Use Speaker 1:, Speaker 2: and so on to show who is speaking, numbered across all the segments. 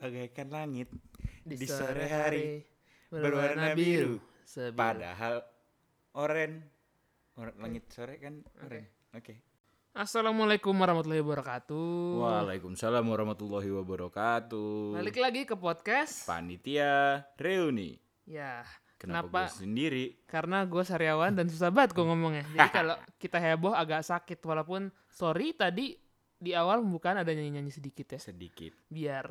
Speaker 1: bagaikan langit
Speaker 2: Di, sore hari berwarna biru. Sebiru.
Speaker 1: Padahal oren. Or- langit sore kan oren. Oke.
Speaker 2: Assalamualaikum warahmatullahi wabarakatuh.
Speaker 1: Waalaikumsalam warahmatullahi wabarakatuh.
Speaker 2: Balik lagi ke podcast.
Speaker 1: Panitia reuni.
Speaker 2: Ya.
Speaker 1: Kenapa,
Speaker 2: Kenapa?
Speaker 1: gue sendiri?
Speaker 2: Karena gue sariawan dan susah banget gue ngomongnya. Jadi kalau kita heboh agak sakit walaupun sorry tadi di awal bukan ada nyanyi-nyanyi sedikit ya.
Speaker 1: Sedikit.
Speaker 2: Biar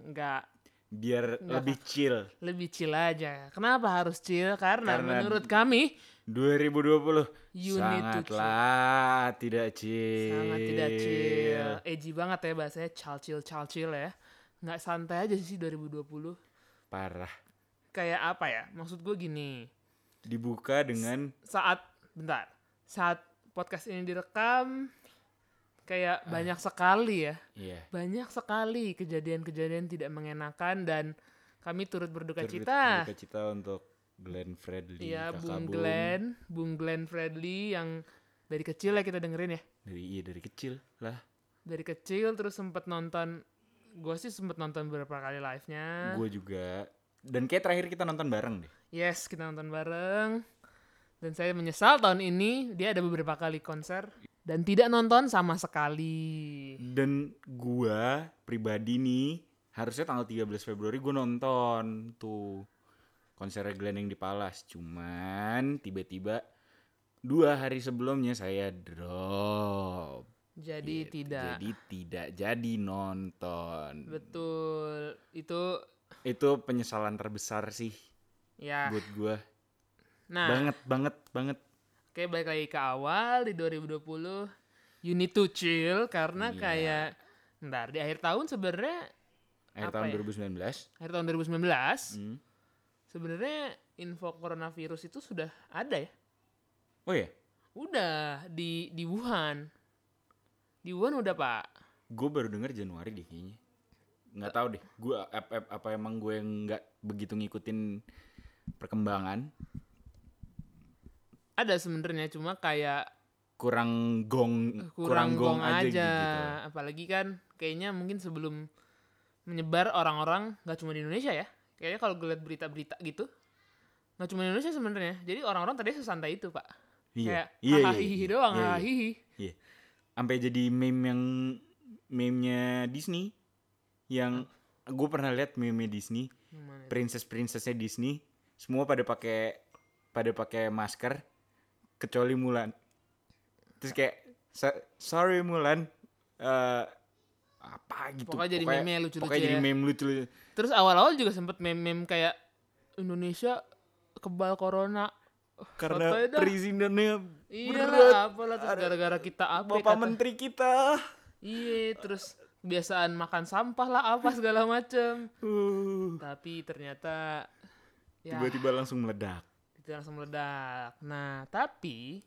Speaker 2: nggak
Speaker 1: Biar lebih chill.
Speaker 2: lebih chill aja. Kenapa harus chill? Karena,
Speaker 1: Karena-
Speaker 2: menurut kami
Speaker 1: 2020
Speaker 2: You need to
Speaker 1: sangatlah tidak chill.
Speaker 2: sangat tidak chill. Edgy banget ya bahasanya chill chill chill ya. Nggak santai aja sih 2020.
Speaker 1: Parah.
Speaker 2: Kayak apa ya? Maksud gue gini.
Speaker 1: Dibuka dengan
Speaker 2: Saat bentar. Saat podcast ini
Speaker 1: Ah.
Speaker 2: direkam kayak banyak sekali ya.
Speaker 1: iya.
Speaker 2: Banyak sekali kejadian-kejadian tidak mengenakan dan kami turut berduka
Speaker 1: Turut
Speaker 2: cita.
Speaker 1: berduka untuk Glenn Fredly
Speaker 2: Iya,
Speaker 1: kakak
Speaker 2: Bung
Speaker 1: Bung.
Speaker 2: Glenn, Bung Glenn Fredly yang dari kecil ya kita dengerin ya.
Speaker 1: dari iya dari kecil lah
Speaker 2: Dari kecil terus sempet nonton gue sih sempet nonton beberapa kali live-nya.
Speaker 1: gue juga dan kayak terakhir kita nonton bareng deh
Speaker 2: Yes, kita nonton bareng. Dan saya menyesal tahun ini dia ada beberapa kali konser dan tidak nonton sama sekali.
Speaker 1: dan gua pribadi nih harusnya tanggal 13 Februari gue nonton tuh konser Glenn yang di Palas cuman tiba-tiba dua hari sebelumnya saya drop
Speaker 2: Jadi
Speaker 1: Gitu.
Speaker 2: tidak
Speaker 1: jadi tidak jadi nonton
Speaker 2: betul itu
Speaker 1: itu penyesalan terbesar sih
Speaker 2: ya.
Speaker 1: buat gua
Speaker 2: Nah,
Speaker 1: banget banget banget
Speaker 2: oke balik lagi ke awal di 2020 you need to chill karena
Speaker 1: Iya.
Speaker 2: kayak bentar di akhir tahun sebenarnya
Speaker 1: akhir
Speaker 2: Apa
Speaker 1: tahun
Speaker 2: ya?
Speaker 1: 2019
Speaker 2: akhir tahun 2019
Speaker 1: Hmm.
Speaker 2: sebenarnya info coronavirus itu sudah ada ya.
Speaker 1: oh ya
Speaker 2: Udah di di Wuhan. Di Wuhan udah, Pak.
Speaker 1: gue baru denger Januari deh kayaknya nggak tahu deh gue apa, apa emang gue yang nggak begitu ngikutin perkembangan
Speaker 2: ada sebenarnya cuma kayak
Speaker 1: kurang gong
Speaker 2: kurang, gong, aja,
Speaker 1: gitu
Speaker 2: apalagi kan kayaknya mungkin sebelum menyebar orang-orang nggak cuma di Indonesia ya kayaknya kalau gue liat berita-berita gitu nggak cuma di Indonesia sebenarnya jadi orang-orang tadi sesantai itu pak
Speaker 1: iya
Speaker 2: kayak
Speaker 1: iya iya,
Speaker 2: hahaha
Speaker 1: iya
Speaker 2: doang
Speaker 1: iya, iya.
Speaker 2: hahaha
Speaker 1: Iya. sampai jadi meme yang meme-nya Disney yang gue pernah lihat meme Disney
Speaker 2: Gimana itu?
Speaker 1: princess princessnya Disney semua pada pakai pada pakai masker kecuali Mulan terus kayak "So- sorry Mulan eh apa gitu
Speaker 2: Pokoknya jadi meme lucu-lucu
Speaker 1: pokoknya jadi
Speaker 2: ya.
Speaker 1: meme lucu
Speaker 2: terus awal-awal juga sempet meme-meme kayak Indonesia kebal corona
Speaker 1: karena
Speaker 2: Sotoy dah.
Speaker 1: perizinannya
Speaker 2: iya
Speaker 1: berat.
Speaker 2: lah apalah terus gara-gara kita apa
Speaker 1: bapak menteri kita
Speaker 2: iya terus kebiasaan makan sampah lah apa segala macem
Speaker 1: Uh,
Speaker 2: tapi ternyata ya
Speaker 1: tiba-tiba langsung meledak
Speaker 2: itu langsung meledak. Nah, tapi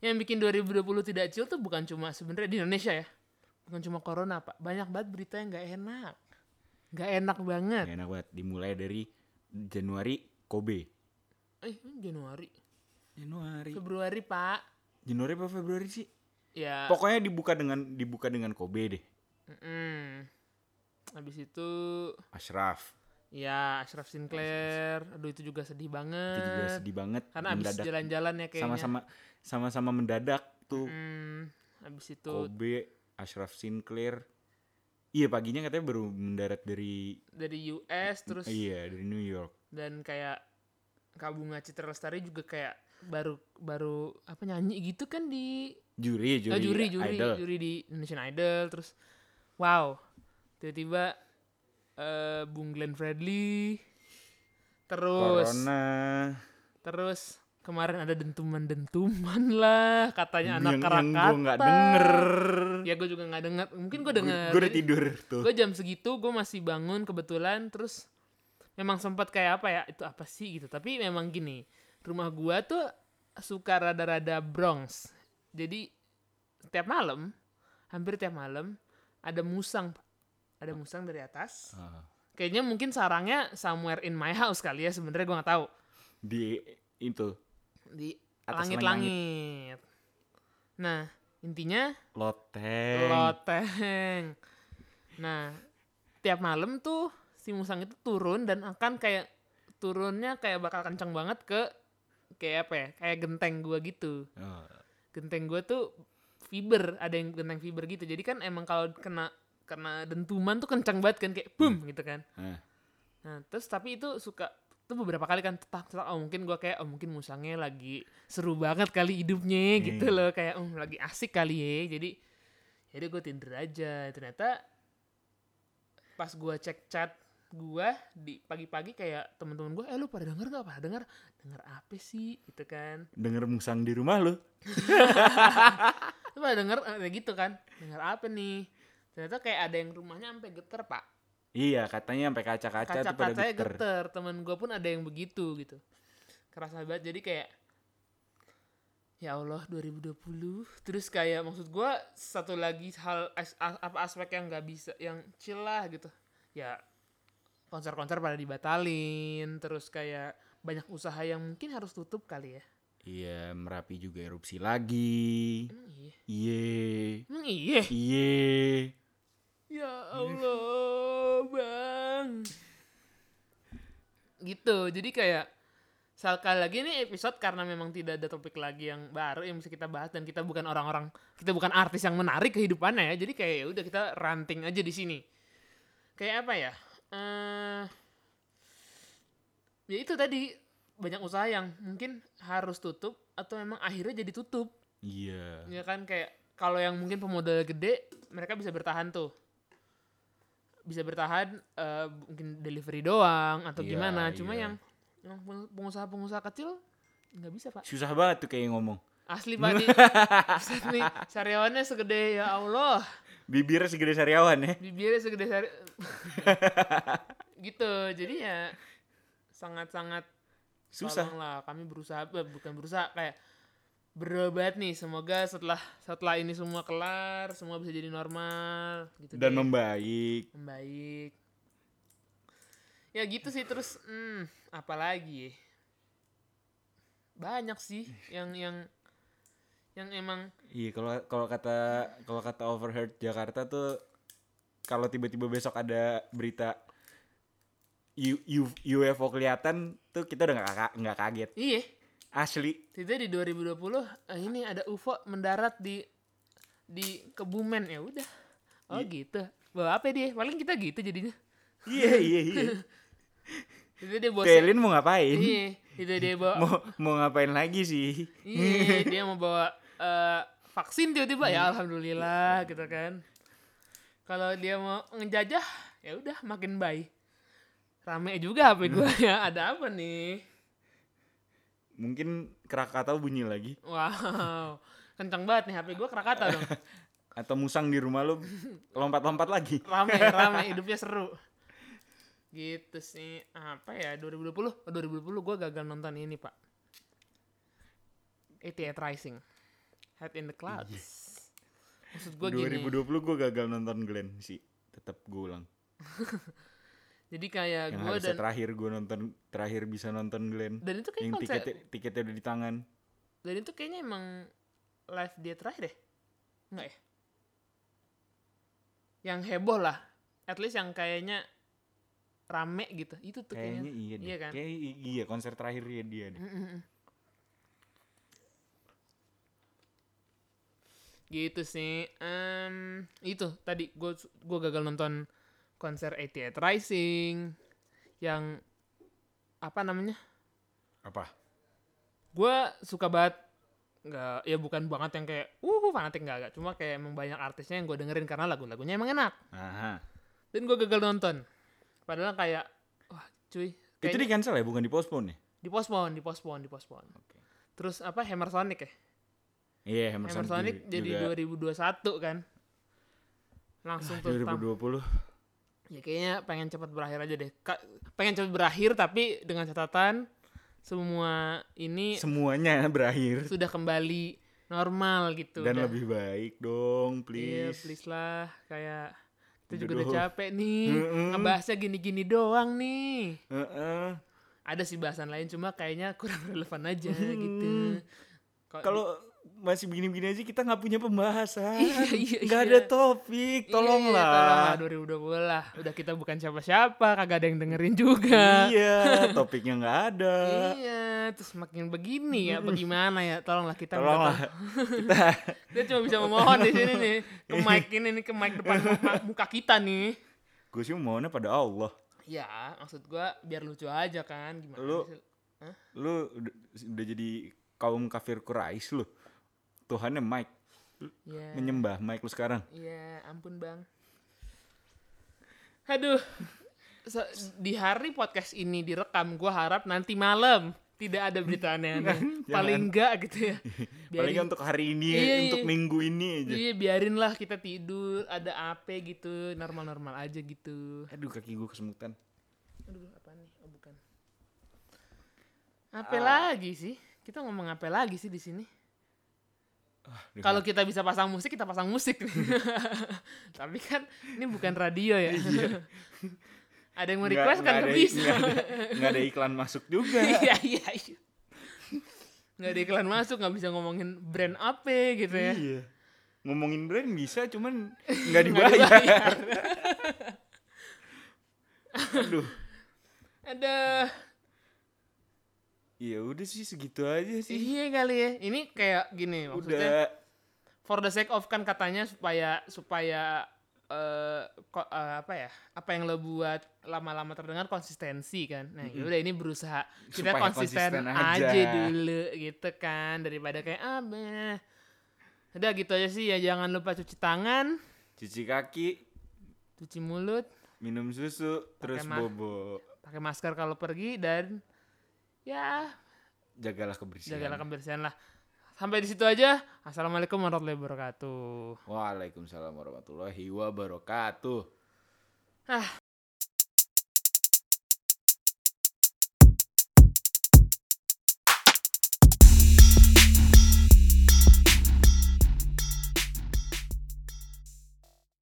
Speaker 2: yang bikin 2020 tidak chill tuh bukan cuma sebenarnya di Indonesia ya. Bukan cuma corona, Pak. Banyak banget berita yang nggak enak. Nggak enak banget.
Speaker 1: Gak enak banget dimulai dari Januari Kobe Ya.
Speaker 2: Eh, ini Januari.
Speaker 1: Januari
Speaker 2: Februari, Pak.
Speaker 1: Januari apa Februari sih
Speaker 2: Ya.
Speaker 1: pokoknya dibuka dengan dibuka dengan Kobe deh
Speaker 2: mm-mm. Habis itu
Speaker 1: Ashraf
Speaker 2: ya Ashraf Sinclair. Aduh, itu juga sedih banget.
Speaker 1: itu juga sedih banget
Speaker 2: Eh, Karena habis
Speaker 1: mendadak
Speaker 2: jalan-jalan ya kayaknya.
Speaker 1: sama-sama sama-sama mendadak tuh
Speaker 2: Mm, habis itu
Speaker 1: Kobe Ashraf Sinclair iya paginya katanya baru mendarat dari
Speaker 2: dari US terus
Speaker 1: iya dari New York
Speaker 2: dan kayak Kak Bunga Citra Lestari juga kayak baru baru apa nyanyi gitu kan di
Speaker 1: juri
Speaker 2: eh,
Speaker 1: juri
Speaker 2: juri juri
Speaker 1: idol
Speaker 2: juri di Indonesian Idol terus wow tiba-tiba eh Bung Glenn Fredly terus
Speaker 1: Corona
Speaker 2: terus kemarin ada dentuman-dentuman lah katanya
Speaker 1: yang, yang
Speaker 2: anak Krakatau
Speaker 1: gue nggak denger
Speaker 2: ya gue juga nggak denger mungkin gue denger
Speaker 1: gue udah tidur tuh
Speaker 2: gue jam segitu gue masih bangun kebetulan terus memang sempat kayak apa ya itu apa sih gitu tapi memang gini rumah gua tuh suka rada-rada Bronx jadi tiap malam hampir tiap malam ada musang Pak. ada musang dari atas
Speaker 1: Ah,
Speaker 2: kayaknya mungkin sarangnya somewhere in my house kali ya sebenarnya gua nggak tahu
Speaker 1: di itu
Speaker 2: di
Speaker 1: Atas
Speaker 2: langit-langit nah intinya
Speaker 1: loteng
Speaker 2: loteng nah tiap malam tuh si musang itu turun dan akan kayak turunnya kayak bakal kenceng banget ke kayak apa ya kayak genteng gua gitu
Speaker 1: Oh,
Speaker 2: genteng gua tuh fiber ada yang genteng fiber gitu jadi kan emang kalau kena kena dentuman tuh kenceng banget kan kayak boom gitu kan
Speaker 1: eh,
Speaker 2: Nah, terus tapi itu suka itu beberapa kali kan tetak tetak oh mungkin gua kayak oh mungkin musangnya lagi seru banget kali hidupnya gitu
Speaker 1: Iya.
Speaker 2: loh kayak oh lagi asik kali ya jadi jadi gue tinder aja ternyata pas gua cek chat gua di pagi-pagi kayak temen-temen gua eh lu pada denger nggak pada denger denger apa sih gitu kan
Speaker 1: denger musang di rumah lu.
Speaker 2: lu pada denger eh, gitu kan denger apa nih ternyata kayak ada yang rumahnya sampai geter pak
Speaker 1: Iya, katanya sampai kaca-kaca tuh pada
Speaker 2: kaca-kacanya
Speaker 1: geter.
Speaker 2: geter. Temen gue pun ada yang begitu gitu. Kerasa banget. Jadi kayak ya Allah 2020. Terus kayak maksud gue satu lagi hal as- a- apa aspek yang nggak bisa yang chill lah gitu. Ya konser-konser pada dibatalin. Terus kayak banyak usaha yang mungkin harus tutup kali ya.
Speaker 1: Iya, Merapi juga erupsi lagi.
Speaker 2: Emang iya.
Speaker 1: Iye.
Speaker 2: Emang iya.
Speaker 1: Iye.
Speaker 2: Ya Allah, Bang. Gitu. Jadi kayak sekali lagi ini episode karena memang tidak ada topik lagi yang baru yang bisa kita bahas dan kita bukan orang-orang kita bukan artis yang menarik kehidupannya ya. Jadi kayak ya udah kita ranting aja di sini. Kayak apa ya? Eh ya itu tadi banyak usaha yang mungkin harus tutup atau memang akhirnya jadi tutup.
Speaker 1: Iya.
Speaker 2: Ya kan kayak kalau yang mungkin pemodal gede mereka bisa bertahan tuh. Bisa bertahan eh, mungkin delivery doang atau
Speaker 1: Iya,
Speaker 2: gimana. Cuma
Speaker 1: iya.
Speaker 2: yang yang peng- pengusaha-pengusaha kecil nggak bisa, Pak.
Speaker 1: Susah banget tuh kayak ngomong.
Speaker 2: Asli Pak nih. Buset nih, Sariawannya segede ya Allah.
Speaker 1: Bibirnya segede sariawan ya.
Speaker 2: Bibirnya segede sari gitu. Jadi ya sangat-sangat
Speaker 1: Susah.
Speaker 2: tolonglah kami berusaha eh, bukan berusaha kayak berobat nih semoga setelah setelah ini semua kelar semua bisa jadi normal gitu
Speaker 1: Dan
Speaker 2: deh.
Speaker 1: membaik.
Speaker 2: membaik ya gitu sih terus hmm, apalagi ya? banyak sih yang yang yang emang
Speaker 1: Iya, kalau kalau kata kalau kata overheard Jakarta tuh kalau tiba-tiba besok ada berita U, U- UFO kelihatan tuh kita udah nggak ka- nggak kaget.
Speaker 2: iya
Speaker 1: Asli.
Speaker 2: Tidak di 2020 eh, ini ada UFO mendarat di di Kebumen ya udah. Oh gitu. Bawa apa dia? Paling kita gitu jadinya.
Speaker 1: Iya, iya, iya.
Speaker 2: Itu dia bosen.
Speaker 1: Kailin mau ngapain?
Speaker 2: Iya, itu dia bawa.
Speaker 1: Mau mau ngapain lagi sih?
Speaker 2: Iya, dia mau bawa eh, vaksin tiba-tiba ya alhamdulillah gitu kan. Kalau dia mau ngejajah ya udah makin baik. Rame juga HP gua ya. Ada apa nih?
Speaker 1: Mungkin Krakatau bunyi lagi
Speaker 2: Wow. Kencang banget nih HP gua kerakata dong.
Speaker 1: atau musang di rumah lu lompat-lompat lagi.
Speaker 2: rame rame hidupnya seru gitu sih apa ya 2020 Oh, 2020 gue gagal nonton ini pak 88 Rising Head in the Clouds
Speaker 1: Iya.
Speaker 2: maksud gue gini
Speaker 1: 2020 gue gagal nonton Glenn sih. Tetap gue ulang.
Speaker 2: jadi kayak
Speaker 1: Yang
Speaker 2: gue
Speaker 1: harusnya
Speaker 2: Nah, dan
Speaker 1: terakhir gue nonton terakhir bisa nonton Glenn.
Speaker 2: dan itu kayak
Speaker 1: yang
Speaker 2: konser
Speaker 1: tiketnya, tiketnya udah di tangan
Speaker 2: dan itu kayaknya emang live dia terakhir deh enggak ya yang heboh lah at least yang kayaknya rame gitu itu tuh
Speaker 1: kayaknya
Speaker 2: kayaknya,
Speaker 1: iya deh
Speaker 2: iya kan?
Speaker 1: Kayak i- iya konser terakhirnya dia deh
Speaker 2: gitu sih Em, itu tadi gue gue gagal nonton konser 88 Rising yang apa namanya
Speaker 1: apa
Speaker 2: gue suka banget nggak ya bukan banget yang kayak uh fanatik nggak nggak. cuma kayak emang banyak artisnya yang gue dengerin karena lagu-lagunya emang enak
Speaker 1: Aha.
Speaker 2: dan gue gagal nonton padahal kayak wah cuy
Speaker 1: itu di
Speaker 2: kayaknya
Speaker 1: cancel ya bukan di postpone ya
Speaker 2: dipospon dipospon dipospon
Speaker 1: Oke.
Speaker 2: terus apa Hammer Sonic ya
Speaker 1: iya
Speaker 2: Hammer
Speaker 1: Hammersonic ju-
Speaker 2: Sonic jadi
Speaker 1: juga
Speaker 2: 2021 kan. Langsung
Speaker 1: Ah,
Speaker 2: tuh tam-
Speaker 1: 2020
Speaker 2: Ya kayaknya pengen cepat berakhir aja deh. Ka- pengen cepat berakhir tapi dengan catatan semua ini
Speaker 1: semuanya berakhir
Speaker 2: sudah kembali normal gitu.
Speaker 1: dan
Speaker 2: udah.
Speaker 1: lebih baik dong
Speaker 2: Iya,
Speaker 1: please,
Speaker 2: please lah kayak
Speaker 1: Udah
Speaker 2: kita juga udah
Speaker 1: dong.
Speaker 2: capek nih.
Speaker 1: Mm-mm.
Speaker 2: Ngebahasnya gini-gini doang nih.
Speaker 1: Heeh.
Speaker 2: Oh, Ada sih bahasan lain cuma kayaknya kurang relevan aja gitu. Kalau
Speaker 1: kalau masih begini-begini aja kita nggak punya pembahasan
Speaker 2: Iya, iya,
Speaker 1: nggak
Speaker 2: iya.
Speaker 1: ada topik
Speaker 2: Iya,
Speaker 1: tolonglah
Speaker 2: tolonglah 2020 lah. Udah kita bukan siapa-siapa, kagak ada yang dengerin juga.
Speaker 1: iya topiknya nggak ada
Speaker 2: Iya, terus makin begini ya, bagaimana ya? Tolonglah kita minta
Speaker 1: tolonglah
Speaker 2: tolong.
Speaker 1: kita
Speaker 2: Dia cuma bisa memohon di sini nih, ke
Speaker 1: Iya.
Speaker 2: mic ini nih, ke mic depan muka, muka kita nih.
Speaker 1: gue sih mohonnya pada Allah
Speaker 2: Ya, maksud gua biar lucu aja kan, gimana?
Speaker 1: Lu-
Speaker 2: sih?
Speaker 1: lu udah, udah jadi kaum kafir Quraisy lu Tuhannya Mike
Speaker 2: Ya,
Speaker 1: menyembah Mike lu sekarang
Speaker 2: ya, ampun bang. Aduh, So, di hari podcast ini direkam, gua harap nanti malam tidak ada berita aneh-aneh.
Speaker 1: Jangan.
Speaker 2: Paling enggak gitu ya.
Speaker 1: paling gitu.
Speaker 2: Biarin-
Speaker 1: untuk hari ini
Speaker 2: Iya, iya.
Speaker 1: untuk minggu ini aja
Speaker 2: Iya biarin lah kita tidur ada apa gitu normal-normal aja gitu.
Speaker 1: aduh kaki gue kesemutan
Speaker 2: Aduh apa nih? Oh bukan. Apa
Speaker 1: Ah.
Speaker 2: lagi sih? Kita ngomong apa lagi sih di sini?
Speaker 1: Aduh,
Speaker 2: Kalau kita bisa pasang musik kita pasang musik. Tapi kan ini bukan radio ya. ada yang mau
Speaker 1: Iya. nggak-
Speaker 2: request
Speaker 1: nggak
Speaker 2: kan nggak
Speaker 1: ada-
Speaker 2: bisa.
Speaker 1: nggak ada- nggak ada iklan masuk juga
Speaker 2: Iya iya iya. Nggak ada iklan masuk nggak bisa ngomongin brand apa gitu ya.
Speaker 1: Iya. Ngomongin brand bisa cuman nggak
Speaker 2: Nggak
Speaker 1: Iya, dibayar. Aduh.
Speaker 2: Ada
Speaker 1: Ya udah sih segitu aja sih.
Speaker 2: iya kali ya. Ini kayak gini maksudnya.
Speaker 1: Udah.
Speaker 2: for the sake of kan katanya supaya supaya eh ko- eh, apa ya apa yang lo buat lama-lama terdengar konsistensi kan nah yaudah ini berusaha kita
Speaker 1: Supaya
Speaker 2: konsisten,
Speaker 1: konsisten
Speaker 2: aja.
Speaker 1: aja.
Speaker 2: dulu gitu kan daripada kayak ah meh." udah gitu aja sih ya jangan lupa cuci tangan
Speaker 1: Cuci kaki,
Speaker 2: cuci mulut
Speaker 1: minum susu, terus
Speaker 2: ma-
Speaker 1: bobo.
Speaker 2: pakai masker kalau pergi dan ya
Speaker 1: Jagalah kebersihan.
Speaker 2: jagalah kebersihan lah sampai di situ aja assalamualaikum warahmatullahi wabarakatuh
Speaker 1: Waalaikumsalam warahmatullahi wabarakatuh.
Speaker 2: ah